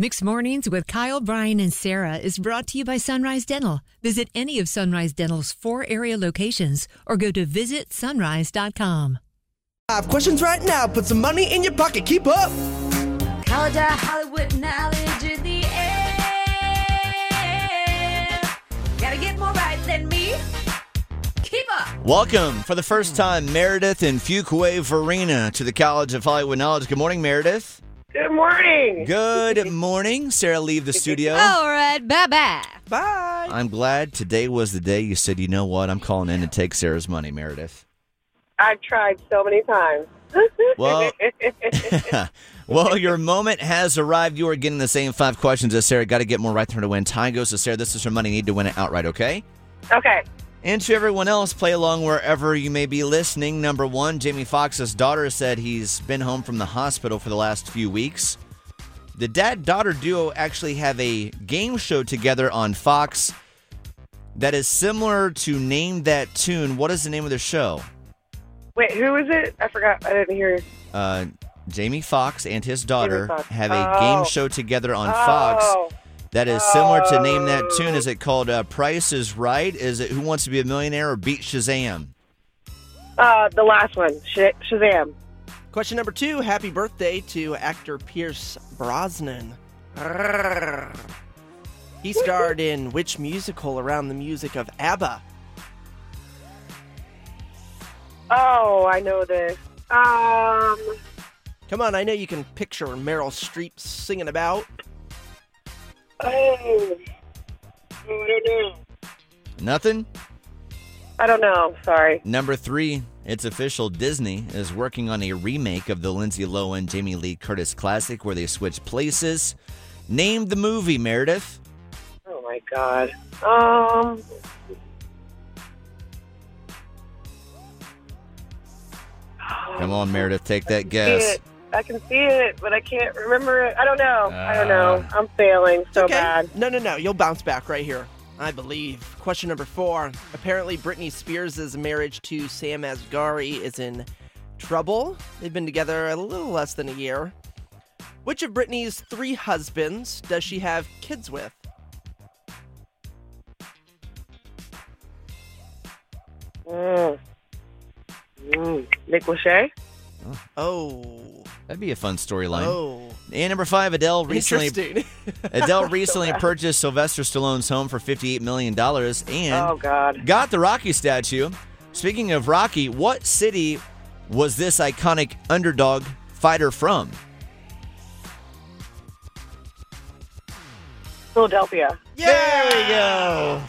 Mixed Mornings with Kyle, Brian, and Sarah is brought to you by Sunrise Dental. Visit any of Sunrise Dental's four area locations or go to visitsunrise.com. Five questions right now. Put some money in your pocket. Keep up. College of Hollywood knowledge in the air. Gotta get more right than me. Keep up. Welcome for the first time, Meredith and Fuquay Farina to the College of Hollywood Knowledge. Good morning, Meredith. Good morning. Good morning. Sarah, leave the studio. All right, bye bye. Bye. I'm glad today was the day you said, you know what, I'm calling in to take Sarah's money, Meredith. I've tried so many times. Well, well, your moment has arrived. You are getting the same five questions as Sarah. Got to get more right than her to win. Time goes to Sarah. This is her money. Need to win it outright, okay? okay. And to everyone else, play along wherever you may be listening. Number one, Jamie Foxx's daughter said he's been home from the hospital for the last few weeks. The dad daughter duo actually have a game show together on Fox that is similar to Name That Tune. What is the name of the show? Wait, who is it? I forgot. I didn't hear. Uh, Jamie Fox and his daughter Foxx. have a Oh. game show together on Fox Oh, that is similar to Name That Oh. Tune. Is it called uh, Price is Right? Is it Who Wants to Be a Millionaire or Beat Shazam? uh, the last one, Sh- Shazam. Question number two. Happy birthday to actor Pierce Brosnan. Brrr. He starred in which musical around the music of ABBA? Oh, I know this. Um, Come on, I know you can picture Meryl Streep singing about. oh, oh, I don't know. Nothing? I don't know. Sorry. Number three, it's official. Disney is working on a remake of the Lindsay Lohan Jamie Lee Curtis classic where they switch places. Name the movie, Meredith. Oh my God. Um. Come on, Meredith, take that guess. It. I can see it, but I can't remember it. I don't know. I don't know. Uh. I'm failing so okay. bad. No, no, no. You'll bounce back right here. I believe. Question number four. Apparently, Britney Spears' marriage to Sam Asghari is in trouble. They've been together a little less than a year. Which of Britney's three husbands does she have kids with? Mm. Mm. Nick Lachey. Oh. That'd be a fun storyline. Oh. And number five, Adele recently Interesting. Adele recently purchased Sylvester Stallone's home for $58 million and Oh God. got the Rocky statue. Speaking of Rocky, what city was this iconic underdog fighter from? Philadelphia. yeah! There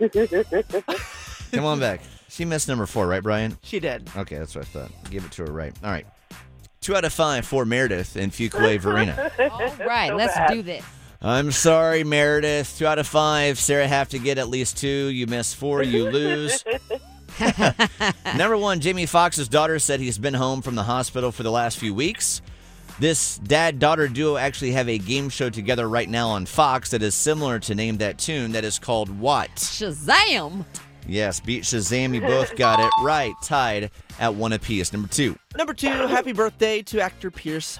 we go. Come on back. She missed number four, right, Brian? She did. Okay, that's what I thought. Give it to her right. All right. Two out of five for Meredith and Fuquay Verena. All right, let's do this. I'm sorry, Meredith. Two out of five. Sarah have to get at least two. You miss four, you lose. Number one, Jamie Foxx's daughter said he's been home from the hospital for the last few weeks. This dad daughter duo actually have a game show together right now on Fox that is similar to Name That Tune that is called What? Shazam! Yes, beat Shazam. You both got it right, tied at one apiece. Number two. Number two. Happy birthday to actor Pierce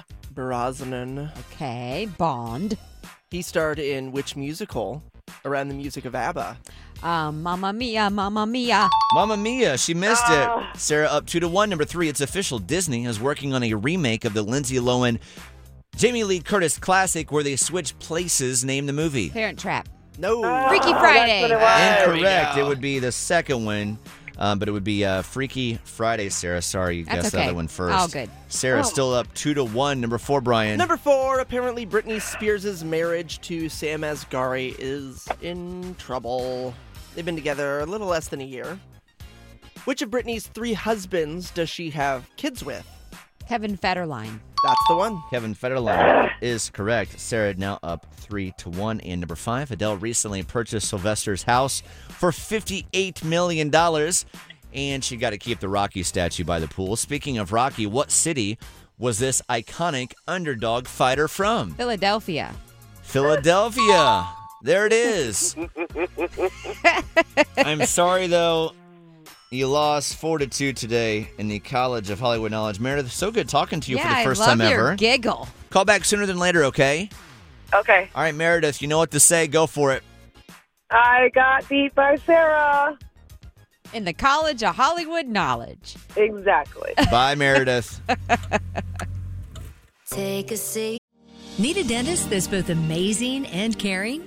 Brosnan. Okay, Bond. He starred in which musical around the music of ABBA? Uh, Mamma Mia, Mamma Mia. Mamma Mia, she missed Ah. it. Sarah up two to one. Number three, it's official. Disney is working on a remake of the Lindsay Lohan, Jamie Lee Curtis classic where they switch places. Name the movie. Parent Trap. No. Freaky Oh, Friday. That's what it was. There we Incorrect. go. It would be the second one, um, but it would be uh, Freaky Friday. Sarah, sorry you That's guessed the okay. other one first. All good. Sarah Oh. still up two to one. Number four, Brian. Number four, apparently Britney Spears' marriage to Sam Asghari is in trouble. They've been together a little less than a year. Which of Britney's three husbands does she have kids with? Kevin Federline. That's the one. Kevin Federline is correct. Sarah now up three to one. And number five, Adele recently purchased Sylvester's house for fifty-eight million dollars, and she got to keep the Rocky statue by the pool. Speaking of Rocky, what city was this iconic underdog fighter from? Philadelphia. Philadelphia. There it is. I'm sorry though. You lost four to two today in the College of Hollywood Knowledge. Meredith, so good talking to you yeah, for the first I love time your ever. giggle. Call back sooner than later, okay? Okay. All right, Meredith, you know what to say. Go for it. I got beat by Sarah. in the College of Hollywood Knowledge. Exactly. Bye, Meredith. Take a seat. Need a dentist that's both amazing and caring?